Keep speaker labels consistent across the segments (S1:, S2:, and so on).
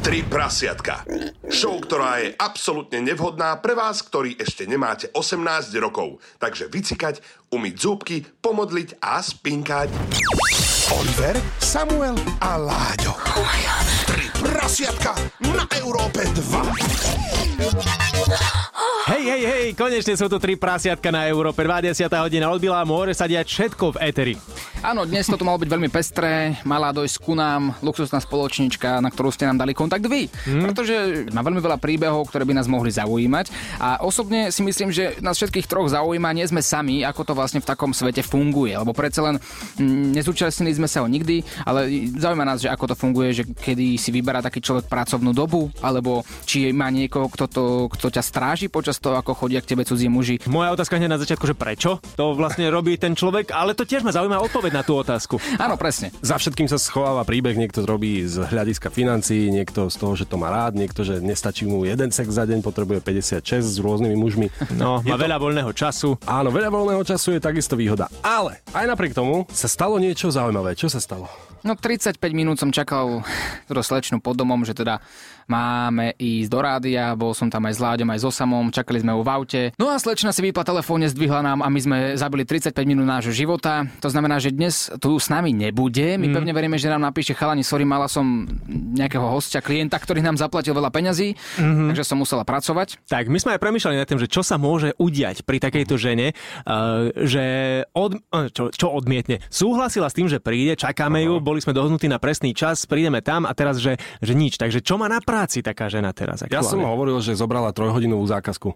S1: Tri prasiatka. Show, ktorá je absolútne nevhodná pre vás, ktorí ešte nemáte 18 rokov. Takže vycikať, umyť zúbky, pomodliť a spinkať.
S2: Oliver, Samuel a Láďo. Tri prasiatka na Európe 2.
S3: Hej, hej, hej, konečne sú tu tri prasiatka na Európe. 20. hodina odbila, môže sa diať všetko v Eteri.
S4: Áno, dnes toto malo byť veľmi pestré, mala dojsť ku nám luxusná spoločnička, na ktorú ste nám dali kontakt vy. Hmm. Pretože má veľmi veľa príbehov, ktoré by nás mohli zaujímať. A osobne si myslím, že nás všetkých troch zaujíma, nie sme sami, ako to vlastne v takom svete funguje. Lebo predsa len mm, nezúčastnili sme sa ho nikdy, ale zaujíma nás, že ako to funguje, že kedy si vyberá taký človek pracovnú dobu, alebo či má niekoho, kto, to, kto ťa stráži počas toho, ako chodia k tebe cudzí muži.
S3: Moja otázka hneď na začiatku, že prečo to vlastne robí ten človek, ale to tiež ma zaujíma odpoveď na tú otázku.
S4: Áno, presne.
S5: Za všetkým sa schováva príbeh, niekto to robí z hľadiska financií, niekto z toho, že to má rád, niekto, že nestačí mu jeden sex za deň, potrebuje 56 s rôznymi mužmi.
S3: No,
S5: Je
S3: má
S5: to-
S3: veľa voľného času.
S5: Áno, veľa voľného času je takisto výhoda. Ale aj napriek tomu sa stalo niečo zaujímavé. Čo sa stalo?
S4: No 35 minút som čakal túto slečnu pod domom, že teda máme ísť do rádia, bol som tam aj s Láďom, aj so Samom, čakali sme ju v aute. No a slečna si vypla telefóne, zdvihla nám a my sme zabili 35 minút nášho života. To znamená, že dnes tu s nami nebude. My pevne veríme, že nám napíše chalani, sorry, mala som nejakého hostia, klienta, ktorý nám zaplatil veľa peňazí, takže som musela pracovať.
S3: Tak, my sme aj premyšľali nad tým, že čo sa môže udiať pri takejto žene, eh, že od, eh, čo, čo odmietne. Súhlasila s tým, že príde, čakáme ju, boli sme dohodnutí na presný čas, prídeme tam a teraz, že, že nič. Takže čo má na práci taká žena teraz?
S5: Ja som
S3: aktuálne?
S5: hovoril, že zobrala trojhodinovú zákazku.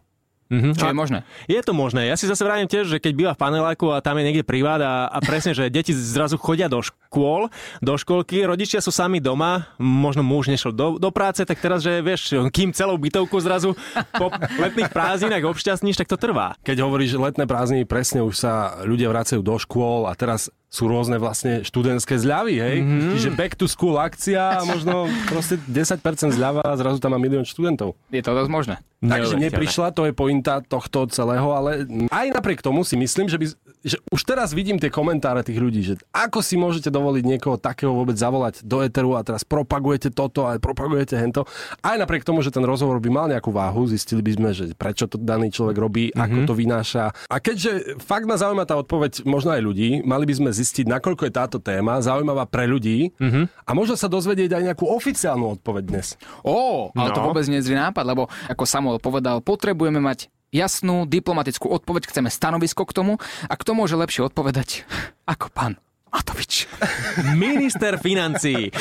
S4: Čo je možné?
S3: Je to možné. Ja si zase vravím tiež, že keď býva v paneláku a tam je niekde privát a, a presne, že deti zrazu chodia do škôl, do školky, rodičia sú sami doma, možno muž nešiel do, do práce, tak teraz, že vieš, kým celou bytovku zrazu po letných prázdninách obšťastníš, tak to trvá.
S5: Keď hovoríš letné prázdniny, presne už sa ľudia vracajú do škôl a teraz sú rôzne vlastne študentské zľavy, hej? Mm-hmm. Čiže back to school akcia, možno proste 10% zľava a zrazu tam má milión študentov.
S4: Je to dosť možné.
S5: Takže
S3: Neuveriteľné.
S5: neprišla, to je pointa tohto celého, ale aj napriek tomu si myslím, že, by, že už teraz vidím tie komentáre tých ľudí, že ako si môžete dovoliť niekoho takého vôbec zavolať do Eteru a teraz propagujete toto a propagujete hento. Aj napriek tomu, že ten rozhovor by mal nejakú váhu, zistili by sme, že prečo to daný človek robí, mm-hmm. ako to vynáša. A keďže fakt ma zaujíma tá odpoveď možno aj ľudí, mali by sme zistiť, nakoľko je táto téma zaujímavá pre ľudí mm-hmm. a možno sa dozvedieť aj nejakú oficiálnu odpoveď dnes.
S4: Ó, ale no. to
S3: No.
S4: vôbec nie je zlý nápad, lebo ako Samuel povedal, potrebujeme mať jasnú diplomatickú odpoveď, chceme stanovisko k tomu a kto môže lepšie odpovedať ako pán Matovič.
S3: Minister financií.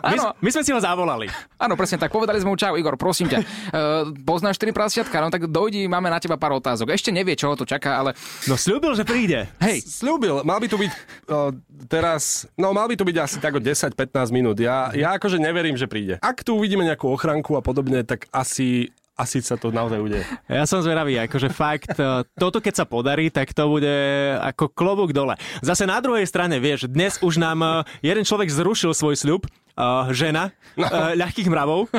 S3: My,
S4: Áno.
S3: my sme si ho zavolali.
S4: Áno, presne tak, povedali sme mu čau, Igor, prosím ťa, e, poznáš 4 prasiatka, no tak dojdi, máme na teba pár otázok. Ešte nevie, čo ho to čaká, ale
S3: No slúbil, že príde.
S4: hej,
S5: Sľúbil, mal by tu byť o, teraz, no mal by tu byť asi tak o 10-15 minút. Ja, ja akože neverím, že príde. Ak tu uvidíme nejakú ochranku a podobne, tak asi, asi sa to naozaj udeje.
S3: Ja som zvedavý, akože fakt, eh, toto keď sa podarí, tak to bude ako klobúk dole. Zase na druhej strane, vieš, dnes už nám eh, jeden človek zrušil svoj sľub, eh, žena, no. ľahkých mravov.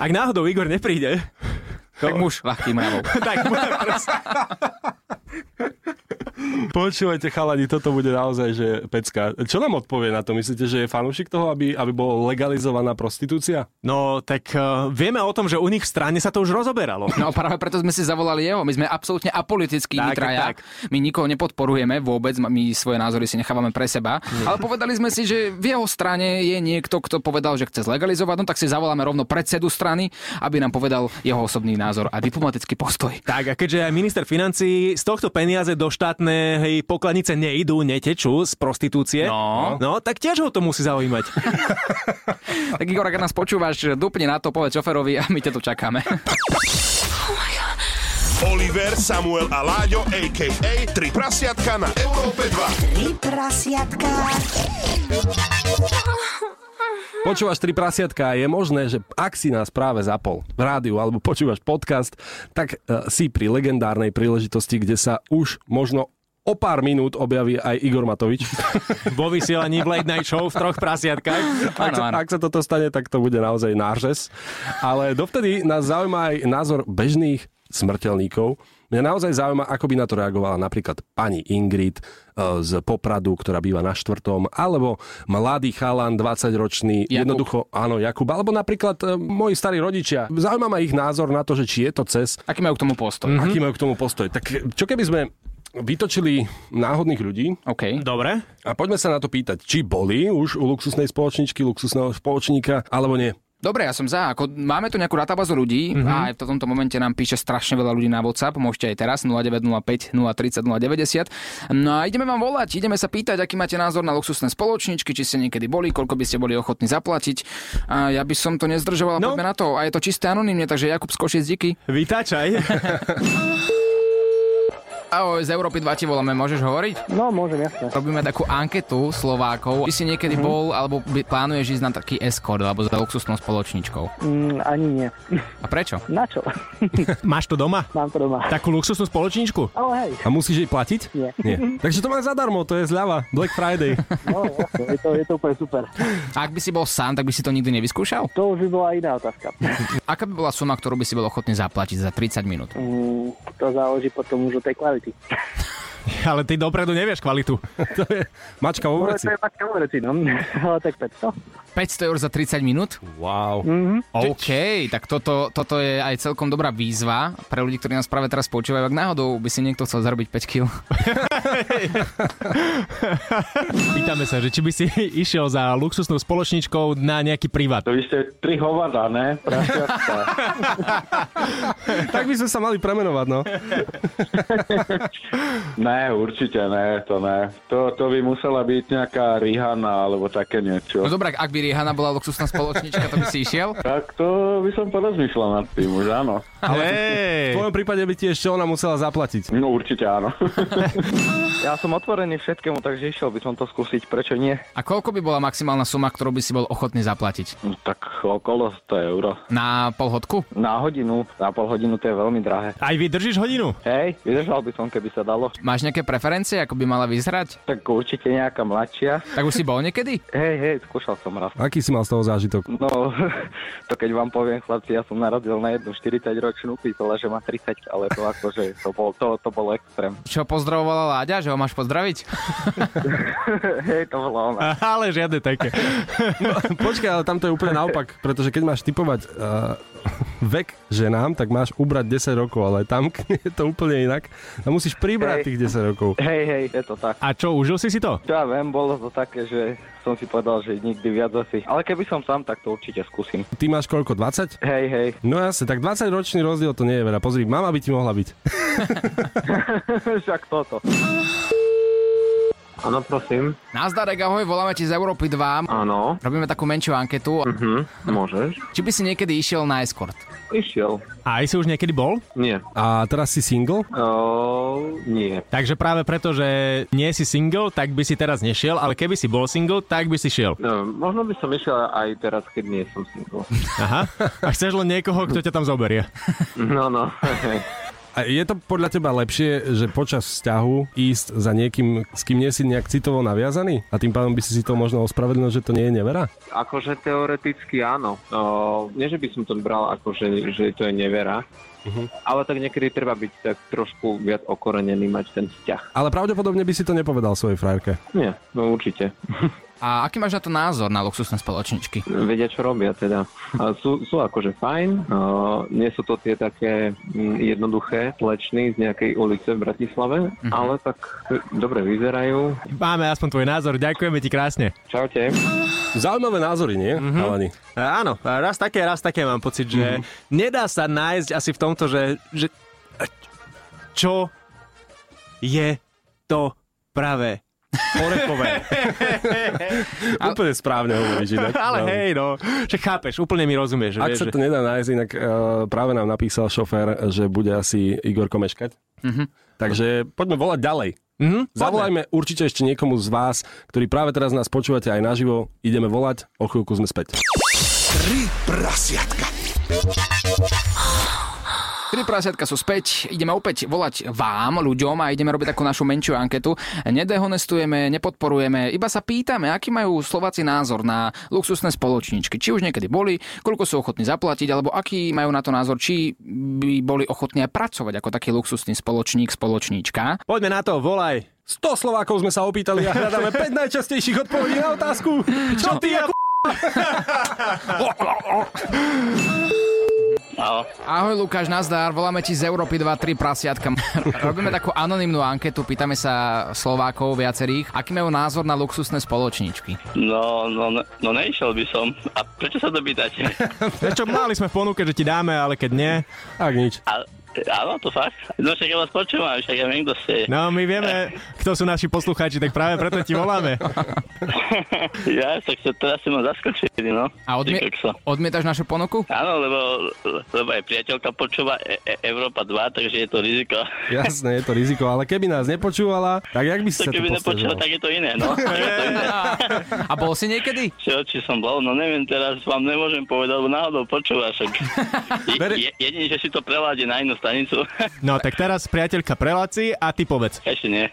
S3: Ak náhodou Igor nepríde,
S4: tak muž ľahkým mravou.
S3: tak bude proste...
S5: Počúvajte, chalani, toto bude naozaj, že pecka. Čo nám odpovie na to? Myslíte, že je fanúšik toho, aby, aby bola legalizovaná prostitúcia?
S3: No, tak eh, vieme o tom, že u nich v strane sa to už rozoberalo.
S4: No práve preto sme si zavolali jeho. My sme absolútne apolitickí
S3: Tak,
S4: my traja.
S3: tak.
S4: My nikoho nepodporujeme vôbec, my svoje názory si nechávame pre seba. Ale povedali sme si, že v jeho strane je niekto, kto povedal, že chce zlegalizovať, no tak si zavoláme rovno predsedu strany, aby nám povedal jeho osobný názor a diplomatický postoj.
S3: Tak a keďže aj minister financí z tohto peniaze do štátnej hej, pokladnice nejdú, netečú z prostitúcie,
S4: No.
S3: no tak tiež ho to musí zaujímať.
S4: Tak Igor, ak nás počúvaš, dupne na to, povedz šoferovi a my ťa tu čakáme.
S1: Oliver, Samuel a Láďo, a.k.a. Tri prasiatka na Európe 2.
S6: Tri prasiatka.
S5: Počúvaš tri prasiatka a je možné, že ak si nás práve zapol v rádiu alebo počúvaš podcast, tak e, si pri legendárnej príležitosti, kde sa už možno o pár minút objaví aj Igor Matovič.
S3: Vo vysielaní v Late Night Show v troch prasiatkách.
S5: ak, sa,
S4: Áno, áno.
S5: ak sa toto stane, tak to bude naozaj náržes. Ale dovtedy nás zaujíma aj názor bežných smrteľníkov, Mňa naozaj zaujíma, ako by na to reagovala napríklad pani Ingrid e, z Popradu, ktorá býva na štvrtom, alebo mladý chalan, 20-ročný,
S4: Jakub.
S5: jednoducho, áno, Jakub, alebo napríklad e, moji starí rodičia. Zaujíma ma ich názor na to, že či je to cez,
S4: Aký majú k tomu postoj?
S3: Hm.
S5: aký majú k tomu postoj. Tak čo keby sme vytočili náhodných ľudí
S4: OK.
S3: Dobre.
S5: a poďme sa na to pýtať, či boli už u luxusnej spoločničky, luxusného spoločníka, alebo nie.
S4: Dobre, ja som za. Ako, máme tu nejakú databázu ľudí mm-hmm. a aj v tomto momente nám píše strašne veľa ľudí na WhatsApp. Môžete aj teraz 0905 030 090. No a ideme vám volať, ideme sa pýtať, aký máte názor na luxusné spoločničky, či ste niekedy boli, koľko by ste boli ochotní zaplatiť. A ja by som to nezdržoval,
S3: No.
S4: no. poďme na to. A je to čisté anonymne, takže Jakub z Košic, díky.
S3: Vytáčaj.
S4: Ahoj, z Európy 2 ti voláme, môžeš hovoriť?
S6: No, môžem, jasne.
S4: Robíme takú anketu Slovákov. Či si niekedy mm-hmm. bol, alebo by- plánuješ ísť na taký escort, alebo za luxusnou spoločničkou.
S6: Mm, ani nie.
S4: A prečo?
S6: Na čo?
S3: Máš to doma?
S6: Mám to doma.
S3: Takú luxusnú spoločničku?
S6: Ale No, hej,
S5: A musíš jej platiť?
S6: Nie.
S5: Nie. Takže to má zadarmo, to je zľava. Black Friday.
S6: no jasne, je to, je to úplne super.
S4: A ak by si bol sám, tak by si to nikdy nevyskúšal?
S6: To už by bola iná otázka.
S4: Aká by bola suma, ktorú by si bol ochotný zaplatiť za 30 minút?
S6: Mm, to záleží potom už od tej kvality.
S3: Ale ty dopredu nevieš kvalitu.
S5: To je mačka vo
S6: Ale
S5: vreci.
S6: to je matka hovorí, no. Ale tak 500.
S4: 500 eur za 30 minút?
S5: Wow.
S4: OK, tak toto, toto je aj celkom dobrá výzva pre ľudí, ktorí nás práve teraz počúvajú. Ak náhodou by si niekto chcel zarobiť 5 kg.
S3: Pýtame sa, že či by si išiel za luxusnou spoločničkou na nejaký privát.
S7: To vy ste tri hovada, ne? Prasiatka.
S5: Tak by sme sa mali premenovať, no.
S7: ne, určite ne, to ne. To, to by musela byť nejaká Rihanna alebo také
S4: No
S7: niečo.
S4: dobrá, ak by Rihanna bola luxusná spoločnička, to by si išiel?
S7: Tak to by som porozmýšľal nad tým už, áno.
S5: V
S3: Hej.
S5: tvojom prípade by ti ešte ona musela zaplatiť.
S7: No určite áno.
S8: Ja som otvorený všetkému, takže išiel by som to skúsiť, prečo nie?
S4: A koľko by bola maximálna suma, ktorú by si bol ochotný zaplatiť?
S7: No, tak okolo 100 euro.
S4: Na polhodku?
S8: Na hodinu, na pol hodinu to je veľmi drahé.
S3: Aj vydržíš hodinu?
S8: Hej, vydržal by som, keby sa dalo.
S4: Máš nejaké preferencie, ako by mala vyzerať?
S8: Tak určite nejaká mladšia.
S4: Tak už si bol niekedy?
S8: Hej, hej, skúšal som raz.
S5: Aký si mal z toho zážitok?
S8: No, to keď vám poviem, chlapci, ja som narazil na jednu 40-ročnú pitola, že má 30, ale to akože, to bol, to, to bol extrém.
S4: Čo pozdravovala Láďa, že ho máš pozdraviť?
S8: Hej, to bola ona.
S3: Ale žiadne také.
S5: Počkaj, ale tam to je úplne naopak, pretože keď máš typovať uh, vek ženám, tak máš ubrať 10 rokov, ale tam je to úplne inak. A musíš pribrať
S8: Hej.
S5: tých 10 rokov.
S8: Hej, hej, je to tak.
S3: A čo, užil si si to?
S8: Čo ja viem, bolo to také, že som si povedal, že nikdy viac asi. Ale keby som sám, tak to určite skúsim.
S5: Ty máš koľko, 20?
S8: Hej, hej,
S5: No jasne, tak 20 ročný rozdiel to nie je veľa. Pozri, mama by ti mohla byť.
S8: však toto.
S9: Áno, prosím.
S4: Nazdarek, ahoj, voláme ti z Európy 2.
S9: Áno, Mhm,
S4: Robíme takú menšiu anketu.
S9: môžeš.
S4: Či by si niekedy išiel na escort?
S9: Išiel.
S3: A aj si už niekedy bol?
S9: Nie.
S5: A teraz si single?
S9: O, nie.
S3: Takže práve preto, že nie si single, tak by si teraz nešiel, ale keby si bol single, tak by si šiel.
S9: No, možno by som išiel aj teraz, keď nie som single.
S3: Aha. A chceš len niekoho, kto ťa tam zoberie.
S9: No, no.
S5: A je to podľa teba lepšie, že počas vzťahu ísť za niekým, s kým nie si nejak citovo naviazaný? A tým pádom by si si to možno ospravedlnil, že to nie je nevera?
S9: akože teoreticky áno. O, nie, že by som to bral ako, že, že to je nevera. Ale tak niekedy treba byť tak trošku viac okorenený, mať ten vzťah.
S5: Ale pravdepodobne by si to nepovedal svojej frajerke.
S9: Nie, no určite.
S4: A aký máš na to názor na luxusné spoločničky?
S9: Vedia, čo robia teda. A Sú, sú akože fajn, a nie sú to tie také mm, jednoduché slečny z nejakej ulice v Bratislave, ale tak e, dobre vyzerajú.
S3: Máme aspoň tvoj názor, ďakujeme ti krásne.
S9: Čaute.
S5: Zaujímavé názory, nie? Mm-hmm. Alani.
S3: E, Áno, e, raz také, raz také mám pocit, že mm-hmm. nedá sa nájsť asi v tomto, že, že e, čo je to pravé. Orechové.
S5: Úplne správne hovoríš. Inak.
S3: Ale
S5: No.
S3: hej, no. Že chápeš, úplne mi rozumieš. Že,
S5: Ak
S3: vieš,
S5: sa
S3: že...
S5: to nedá nájsť, inak uh, práve nám napísal šofér, že bude asi Igorko meškať. Mm-hmm. Takže poďme volať ďalej.
S3: Mhm, poďme.
S5: Zavolajme určite ešte niekomu z vás, ktorý práve teraz nás počúvate aj naživo. Ideme volať, o chvíľku sme späť.
S2: Tri prasiatka.
S4: Tri prasiatka sú späť, ideme opäť volať vám, ľuďom a ideme robiť takú našu menšiu anketu. Nedehonestujeme, nepodporujeme, iba sa pýtame, aký majú Slováci názor na luxusné spoločničky. Či už niekedy boli, koľko sú ochotní zaplatiť, alebo aký majú na to názor, či by boli ochotní aj pracovať ako taký luxusný spoločník, spoločníčka.
S3: Poďme na to, volaj.
S5: 100 Slovákov sme sa opýtali a hľadáme 5 najčastejších odpovedí na otázku. Čo ty ako...
S10: No,
S4: Ahoj Lukáš, nazdar, voláme ti z Európy 2-3 prasiatka. Robíme takú anonymnú anketu, pýtame sa Slovákov viacerých, aký majú názor na luxusné spoločničky.
S10: No, no, ne- no nešiel by som. A prečo sa to pýtate?
S3: Vieš čo, mali sme v ponuke, že ti dáme, ale keď nie...
S5: Ak nič.
S10: A, áno, to fakt. No však ja vás počúvam, však ja viem, kto ste.
S3: No, my vieme, kto sú naši poslucháči, tak práve preto ti voláme.
S10: ja, tak sa teraz si ma zaskočili, no.
S4: A odmi-
S10: Ty kokso.
S4: odmietaš našu ponuku?
S10: Áno, lebo, lebo aj priateľka počúva e- e- Európa 2, takže je to riziko.
S5: Jasné, je to riziko, ale keby nás nepočúvala, tak jak by si
S10: To
S5: sa tu
S10: keby nepočula,
S5: postavil?
S10: tak je to iné, no. Je to iné.
S4: A bol si niekedy?
S10: Čo, či som bol, no neviem, teraz vám nemôžem povedať, lebo náhodou počúva, však.
S5: Bere-
S10: Je, je, jedine, že si to preláde na inú stanicu.
S3: No, tak teraz priateľka preláci a ty povedz.
S10: Ešte nie.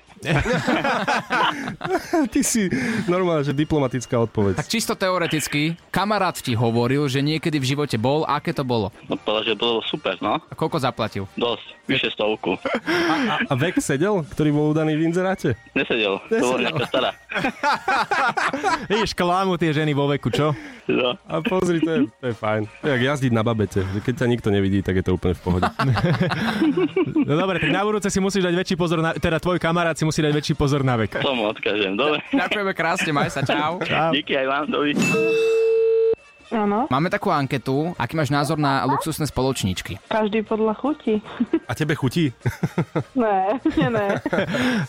S5: Ty si normálne, že diplomatická odpoveď.
S4: Tak čisto teoreticky, kamarát ti hovoril, že niekedy v živote bol, aké to bolo?
S10: No povedal, že bolo super, no.
S4: A koľko zaplatil?
S10: Dosť, vyše stovku.
S5: A vek sedel, ktorý bol udaný v inzeráte?
S10: Nesedel, to bola nejaká stará.
S3: Vidíš, klámu tie ženy vo veku, čo?
S10: No.
S5: A pozri, to je, to je fajn. To je jak jazdiť na babete. že Keď ťa nikto nevidí, tak je to úplne v pohode.
S3: No dobre, tak na budúce si musíš dať väčší pozor, na, teda tvoj kamarát si musí dať väčší pozor na vek.
S10: Tomu odkážem, dobre.
S4: Ďakujeme krásne, maj sa, čau.
S10: Díky aj vám, dovi.
S11: Áno,
S4: Máme takú anketu, aký máš názor na luxusné spoločničky.
S11: každý podľa chuti.
S5: A tebe chutí?
S11: Ne, nie, ne,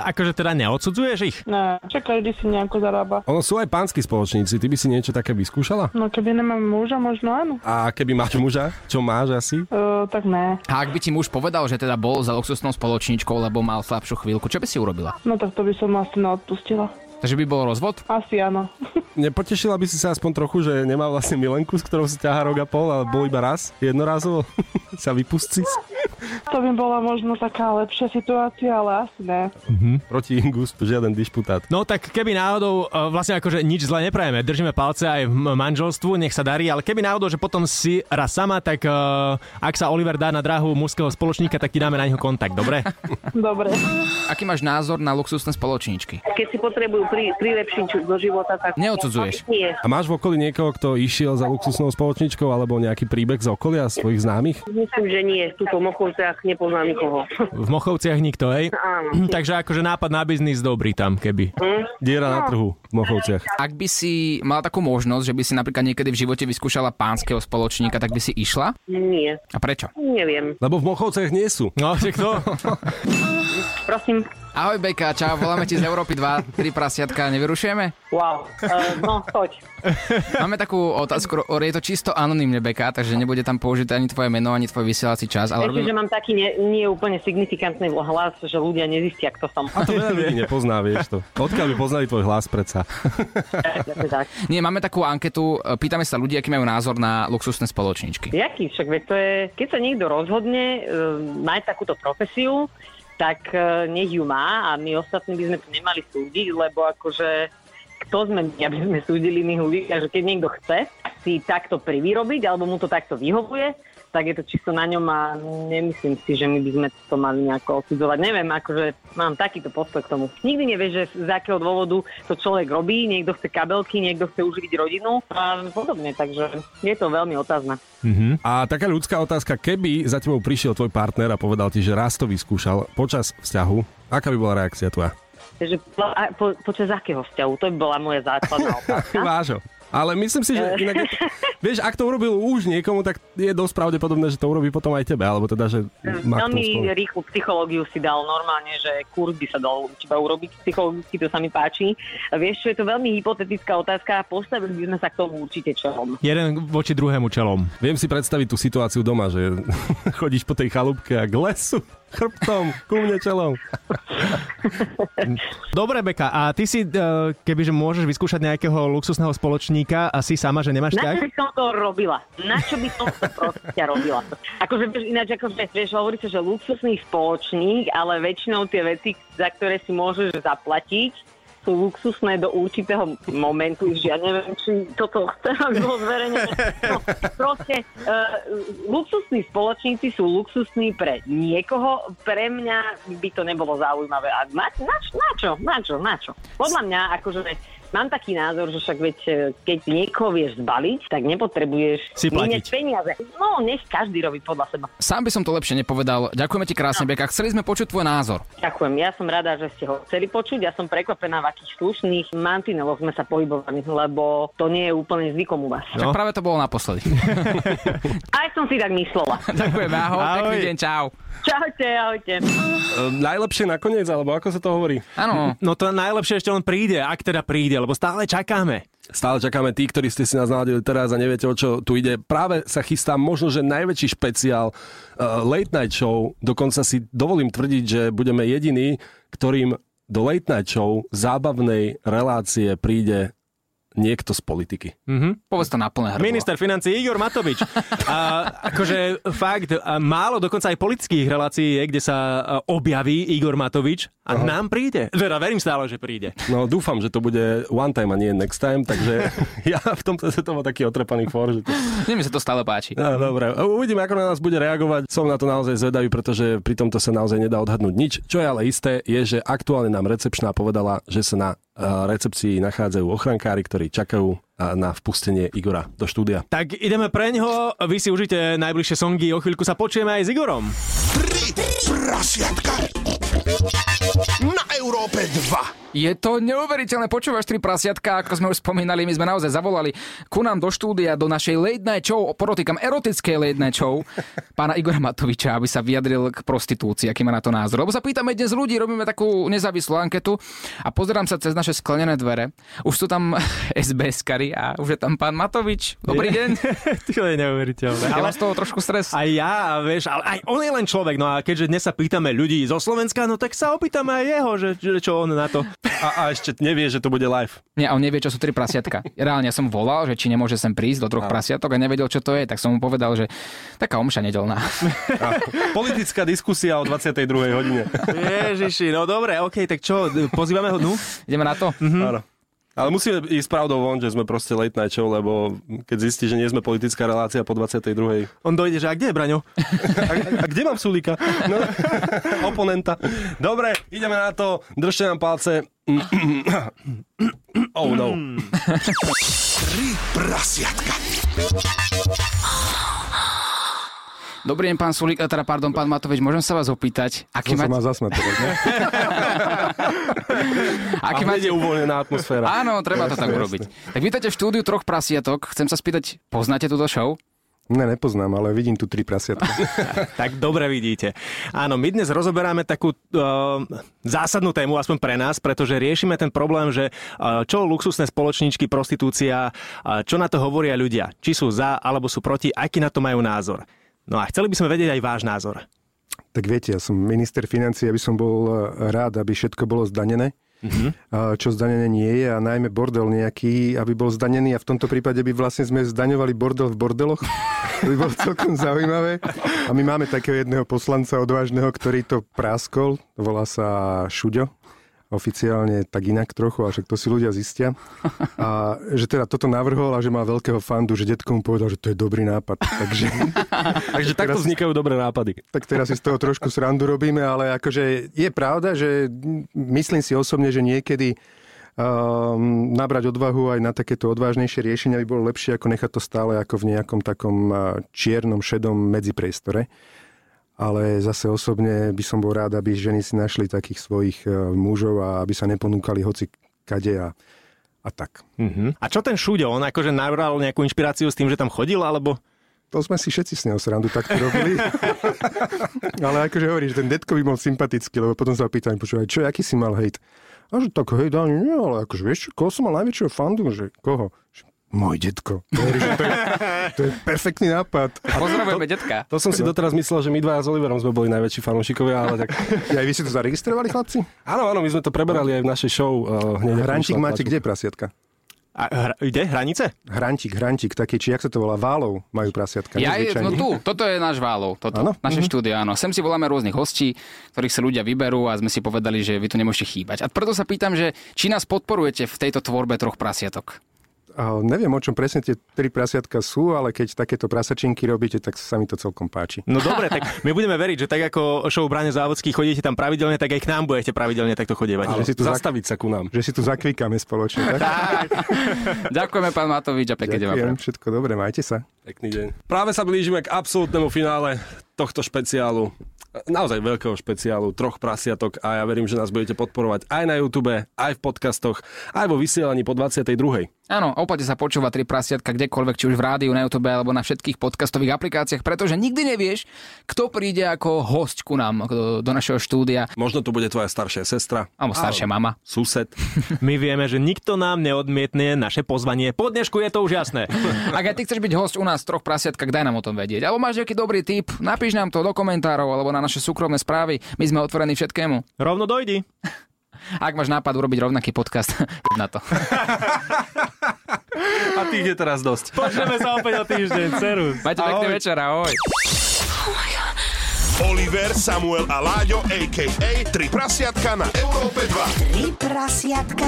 S3: Akože teda neodsudzuješ ich?
S11: ne. Čo každý si nejako zarába.
S5: Ono sú aj pánsky spoločníci, ty by si niečo také vyskúšala?
S11: No keby nemám muža, možno áno.
S5: A keby máš muža, čo máš asi?
S11: E, tak ne.
S4: A ak by ti muž povedal, že teda bol za luxusnou spoločničkou, lebo mal slabšiu chvíľku, čo by si urobila?
S11: No tak to by som asi neodpustila.
S4: Takže by bol rozvod?
S11: Asi áno.
S5: Nepotešila by si sa aspoň trochu, že nemá vlastne milenku, s ktorou si ťahá rok a pol, ale bol iba raz, jednorazovo, sa vypustí
S11: To by bola možno taká lepšia situácia, ale asi ne.
S5: proti Ingus, žiaden disputát.
S3: No tak keby náhodou, e, vlastne akože nič zle neprajeme, držíme palce aj v m- manželstvu, nech sa darí, ale keby náhodou, že potom si raz sama, tak uh, ak sa Oliver dá na dráhu mužského spoločníka, tak ti dáme na neho kontakt, dobre?
S11: Dobre.
S4: Aký máš názor na luxusné spoločničky?
S12: Keď si potrebujú pri, prilepšiť do života, tak...
S4: Neodsudzuješ?
S12: Nie,
S5: A máš v okolí niekoho, kto išiel za luxusnou spoločničkou alebo nejaký príbeh z okolia svojich známych?
S12: myslím, že nie. Tuto Mochovciach nepoznám nikoho.
S3: V Mochovciach nikto, hej?
S12: Áno.
S3: Hm, Takže akože nápad na biznis dobrý tam, keby.
S5: Diera na trhu v Mochovciach.
S4: Ak by si mala takú možnosť, že by si napríklad niekedy v živote vyskúšala pánskeho spoločníka, tak by si išla?
S12: Nie,
S4: A prečo?
S12: neviem.
S5: Lebo v Mochovciach nie sú.
S3: No, že kto?
S12: Prosím,
S4: Ahoj Beka, čau, voláme ti z Európy 2, 3 prasiatka, nevyrušujeme?
S12: wow. Uh, no, poď.
S4: Máme takú otázku, ro- je to čisto anonymne Beka, takže nebude tam použité ani tvoje meno, ani tvoj vysielací čas, ale
S12: Ešte,
S4: robíme...
S12: že mám taký ne, nie úplne signifikantný hlas, že ľudia nezistia, kto som.
S5: To veľa ľudí nepozná, vieš to. Odkiaľ by poznali tvoj hlas predsa?
S12: Takže tak.
S4: Nie, máme takú anketu, e, pýtame sa ľudí, aký majú názor na luxusné spoločničky.
S12: Jaký? Však veď to je, keď sa niekto rozhodne e, mať takúto profesiu, tak e, nech ju má a my ostatní by sme to nemali súdiť, lebo akože kto sme my, aby sme súdili iných ľudí, takže keď niekto chce si takto privyrobiť, alebo mu to takto vyhovuje, tak je to čisto na ňom a nemyslím si, že my by sme to mali nejako odsudzovať. Neviem, akože mám takýto postoj k tomu. Nikdy nevieš, že z akého dôvodu to človek robí, niekto chce kabelky, niekto chce uživiť rodinu a podobne, takže je to veľmi otázne.
S5: A taká ľudská otázka, keby za tebou prišiel tvoj partner a povedal ti, že raz to vyskúšal počas vzťahu, aká by bola reakcia tvoja?
S12: Takže po, a, po, počas akého vzťahu? To by bola moja základná otázka.
S5: Vážo. Ale myslím si, že inak, je to- vieš, ak to urobil už niekomu, tak je dosť pravdepodobné, že to urobí potom aj tebe, alebo teda, že má k tomu
S12: Mm, Veľmi
S5: sklon.
S12: rýchlu psychológiu si dal normálne, že kurz by sa dal u teba urobiť psychologicky, to sa mi páči. Vieš, čo je to veľmi hypotetická otázka a postavili by sme sa k tomu určite čelom.
S3: Jeden voči druhému čelom.
S5: Viem si predstaviť tú situáciu doma, že chodíš po tej chalúbke a k lesu, chrbtom, ku mne čelom.
S3: Dobre, Beka, a ty si, e, kebyže môžeš vyskúšať nejakého luxusného spoločníka a si sama, že nemáš vzťah?
S12: by som to robila? Na čo by som to proste robila? Akože vieš, ináč, akože, vieš, hovorí sa, že luxusný spoločník, ale väčšinou tie veci, za ktoré si môžeš zaplatiť, sú luxusné do určitého momentu. Že Ja neviem, či toto chcem, aby bolo zverejnené. No, proste, uh, luxusní spoločníci sú luxusní pre niekoho, pre mňa by to nebolo zaujímavé. A na, na, čo- na čo? Na čo? Na čo? Podľa mňa, akože Mám taký názor, že však veď, e, keď niekoho vieš zbaliť, tak nepotrebuješ
S4: Si platiť.
S12: míňať peniaze. No, nech každý robí podľa seba.
S4: Sám by som to lepšie nepovedal. Ďakujeme ti krásne, no. Beka. Chceli sme počuť tvoj názor.
S12: Ďakujem, ja som rada, že ste ho chceli počuť. Ja som prekvapená, v akých slušných mantineloch sme sa pohybovali, lebo to nie je úplne zvykom u vás.
S4: No. Práve to bolo naposledy.
S12: Aj som si tak myslela.
S4: Ďakujem, ahoj, ahoj. pekný deň, čau.
S12: Čaute, ahojte.
S5: Ehm, najlepšie nakoniec, alebo ako sa to hovorí?
S3: No to najlepšie ešte on príde, ak teda príde, lebo stále čakáme.
S5: Stále čakáme tí, ktorí ste si nás naladili teraz a neviete, o čo tu ide. Práve sa chystá možno, že najväčší špeciál uh, Late Night Show. Dokonca si dovolím tvrdiť, že budeme jediní, ktorým do Late Night Show zábavnej relácie príde niekto z politiky.
S4: Mm-hmm. Povedz to na plné hrdlo.
S3: Minister financí Igor Matovič. A, akože fakt, a málo dokonca aj politických relácií je, kde sa a, objaví Igor Matovič a Aha. nám príde. Teda verím stále, že príde.
S5: No dúfam, že to bude one time a nie next time, takže ja v tomto sa tomu taký otrepaný for, že to...
S4: Mne sa to stále páči.
S5: No, dobre, uvidíme, ako na nás bude reagovať. Som na to naozaj zvedavý, pretože pri tomto sa naozaj nedá odhadnúť nič. Čo je ale isté, je, že aktuálne nám recepčná povedala, že sa na eh, recepcii nachádzajú ochrankári, ktorí čakajú eh, na vpustenie Igora do štúdia.
S3: Tak ideme preňho, vy si užite najbližšie songy, o chvíľku sa počujeme aj s Igorom.
S2: Prasiatka na Európe 2.
S4: Je to neuveriteľné, počúvaš tri prasiatka, ako sme už spomínali, my sme naozaj zavolali ku nám do štúdia, do našej late night show, porotýkam erotickej late night show, pána Igora Matoviča, aby sa vyjadril k prostitúcii, aký má na to názor. Lebo sa pýtame dnes ľudí, robíme takú nezávislú anketu a pozerám sa cez naše sklenené dvere. Už sú tam SBS-kari a už je tam pán Matovič. Dobrý deň.
S3: to je neuveriteľné.
S4: Ja mám z toho trošku stres.
S3: Aj ja, vieš, ale aj on je len človek. No a keďže dnes sa pýtame ľudí zo Slovenska, no tak sa opýtame aj jeho, že, že čo on na to.
S5: A, a ešte nevie, že to bude live.
S4: Nie, on nevie, čo sú tri prasiatka. Reálne ja som volal, že či nemôže sem prísť do troch prasiatok a nevedel, čo to je, tak som mu povedal, že taká omša nedelná.
S5: Politická diskusia o 22. hodine.
S3: Ježiši, no dobre, okej, tak čo, pozývame ho no? dnu?
S4: Ideme na to?
S13: Mhm.
S5: Áno. Ale musíme ísť pravdou von, že sme proste late night show, lebo keď zistí, že nie sme politická relácia po 22.
S3: On dojde, že a kde je Braňo?
S5: A, a kde mám Sulíka? No, oponenta. Dobre, ideme na to. Držte nám palce. Mm, Oh no.
S2: Tri prasiatka.
S4: Dobrý deň, pán Sulík, a teda pardon, pán Matovič, môžem sa vás opýtať, aký
S5: Som sa
S4: máte...
S5: ma zasmetovať, ne?
S4: Aký
S5: A hneď je uvoľnená atmosféra.
S4: Áno, treba to
S5: Jasné,
S4: tak
S5: jasné.
S4: urobiť. Tak vítajte v štúdiu troch prasiatok. Chcem sa spýtať, poznáte túto show?
S13: Ne, nepoznám, ale vidím tu tri prasiatka.
S3: Tak dobre vidíte. Áno, my dnes rozoberáme takú uh, zásadnú tému, aspoň pre nás, pretože riešime ten problém, že uh, čo luxusné spoločničky, prostitúcia, uh, čo na to hovoria ľudia, či sú za alebo sú proti, aký na to majú názor. No a chceli by sme vedieť aj váš názor.
S13: tak viete, ja som minister financií, aby som bol eh, rád, aby všetko bolo zdanené. Mm-hmm. Čo zdanené nie je a najmä bordel nejaký, aby bol zdanený a v tomto prípade by vlastne sme zdaňovali bordel v bordeloch. To by bolo celkom zaujímavé. A my máme takého jedného poslanca odvážneho, ktorý to práskol. Volá sa Šuďo oficiálne tak inak trochu, a však to si ľudia zistia. A že teda toto navrhol a že má veľkého fandu, že detko mu povedal, že to je dobrý nápad. Takže,
S5: Takže takto vznikajú dobré nápady.
S13: Tak teraz si z toho trošku srandu robíme, ale akože je pravda, že mm, myslím si osobne, že niekedy um, nabrať odvahu aj na takéto odvážnejšie riešenia by bolo lepšie, ako nechať to stále ako v nejakom takom a, čiernom, šedom medzipriestore. Ale zase osobne by som bol rád, aby ženy si našli takých svojich e, mužov a aby sa neponúkali hoci kade a, a tak.
S3: Mm-hmm. A čo ten Šuďo, on akože nabral nejakú inšpiráciu s tým, že tam chodil, alebo...
S13: To sme si všetci s neho srandu takto robili. Ale akože hovoríš, ten detko by bol sympatický, lebo potom sa ho pýtam, počúvaj, čo, aký si mal hejt? A že tak hejt, ani nie, ale akože vieš čo, koho som mal najväčšieho fandu, že koho? Že, Môj detko. Hovorí, že to, je, to je perfektný nápad. A
S4: Pozdravujeme detka.
S5: To som si doteraz myslel, že my dvaja s Oliverom sme boli najväčší fanúšikovia, ale tak...
S13: Aj vy ste to zaregistrovali, chlapci?
S5: Áno, áno, my sme to preberali aj v našej show. Uh, hneď ako
S13: Hrančík
S5: vyšla
S13: máte
S5: tlačovka.
S13: kde, prasiatka?
S3: A hra, kde? Hranice?
S13: Hrančík, hrančík, taký, či jak sa to volá, válov majú prasiatka.
S4: Ja,
S13: nezvyčajne.
S4: no tu, toto je náš válov, toto,
S13: Áno?
S4: naše
S13: Mhm.
S4: štúdio, áno. Sem si voláme rôznych hostí, ktorých sa ľudia vyberú a sme si povedali, že vy tu nemôžete chýbať. A preto sa pýtam, že či nás podporujete v tejto tvorbe troch prasiatok.
S13: A neviem, o čom presne tie tri prasiatka sú, ale keď takéto prasačinky robíte, tak sa mi to celkom páči.
S3: No dobre, tak my budeme veriť, že tak ako show Brane Závodský chodíte tam pravidelne, tak aj k nám budete pravidelne takto chodievať.
S13: Ale si tu
S5: zastaviť sa ku nám.
S13: Že si tu zakvikáme spoločne. Tak?
S4: Ďakujeme, pán Matovič, a pekne deň vám.
S13: Ďakujem, všetko dobre, majte sa.
S5: Pekný deň. Práve sa blížime k absolútnemu finále tohto špeciálu. Naozaj veľkého špeciálu, troch prasiatok a ja verím, že nás budete podporovať aj na YouTube, aj v podcastoch, aj vo vysielaní po 22.
S4: Áno, opate sa počúva tri prasiatka kdekoľvek, či už v rádiu, na YouTube alebo na všetkých podcastových aplikáciách, pretože nikdy nevieš, kto príde ako host ku nám do, do našeho štúdia.
S5: Možno to bude tvoja staršia sestra.
S4: Alebo staršia mama.
S5: Sused.
S3: My vieme, že nikto nám neodmietne naše pozvanie. Po dnešku je to už jasné.
S4: Ak aj ty chceš byť host u nás v troch prasiatkách, daj nám o tom vedieť. Alebo máš nejaký dobrý tip, napíš nám to do komentárov alebo na naše súkromné správy. My sme otvorení všetkému.
S3: Rovno dojdi.
S4: Ak máš nápad urobiť rovnaký podcast, jeb na to.
S5: A tých je teraz dosť.
S3: Počujeme sa opäť o týždeň. Cerus.
S4: Majte pekný
S3: Ahoj.
S4: večer, ahoj.
S1: Oliver, Samuel a Láďo, a.k.a. Tri prasiatka na Európe 2.
S14: Tri prasiatka.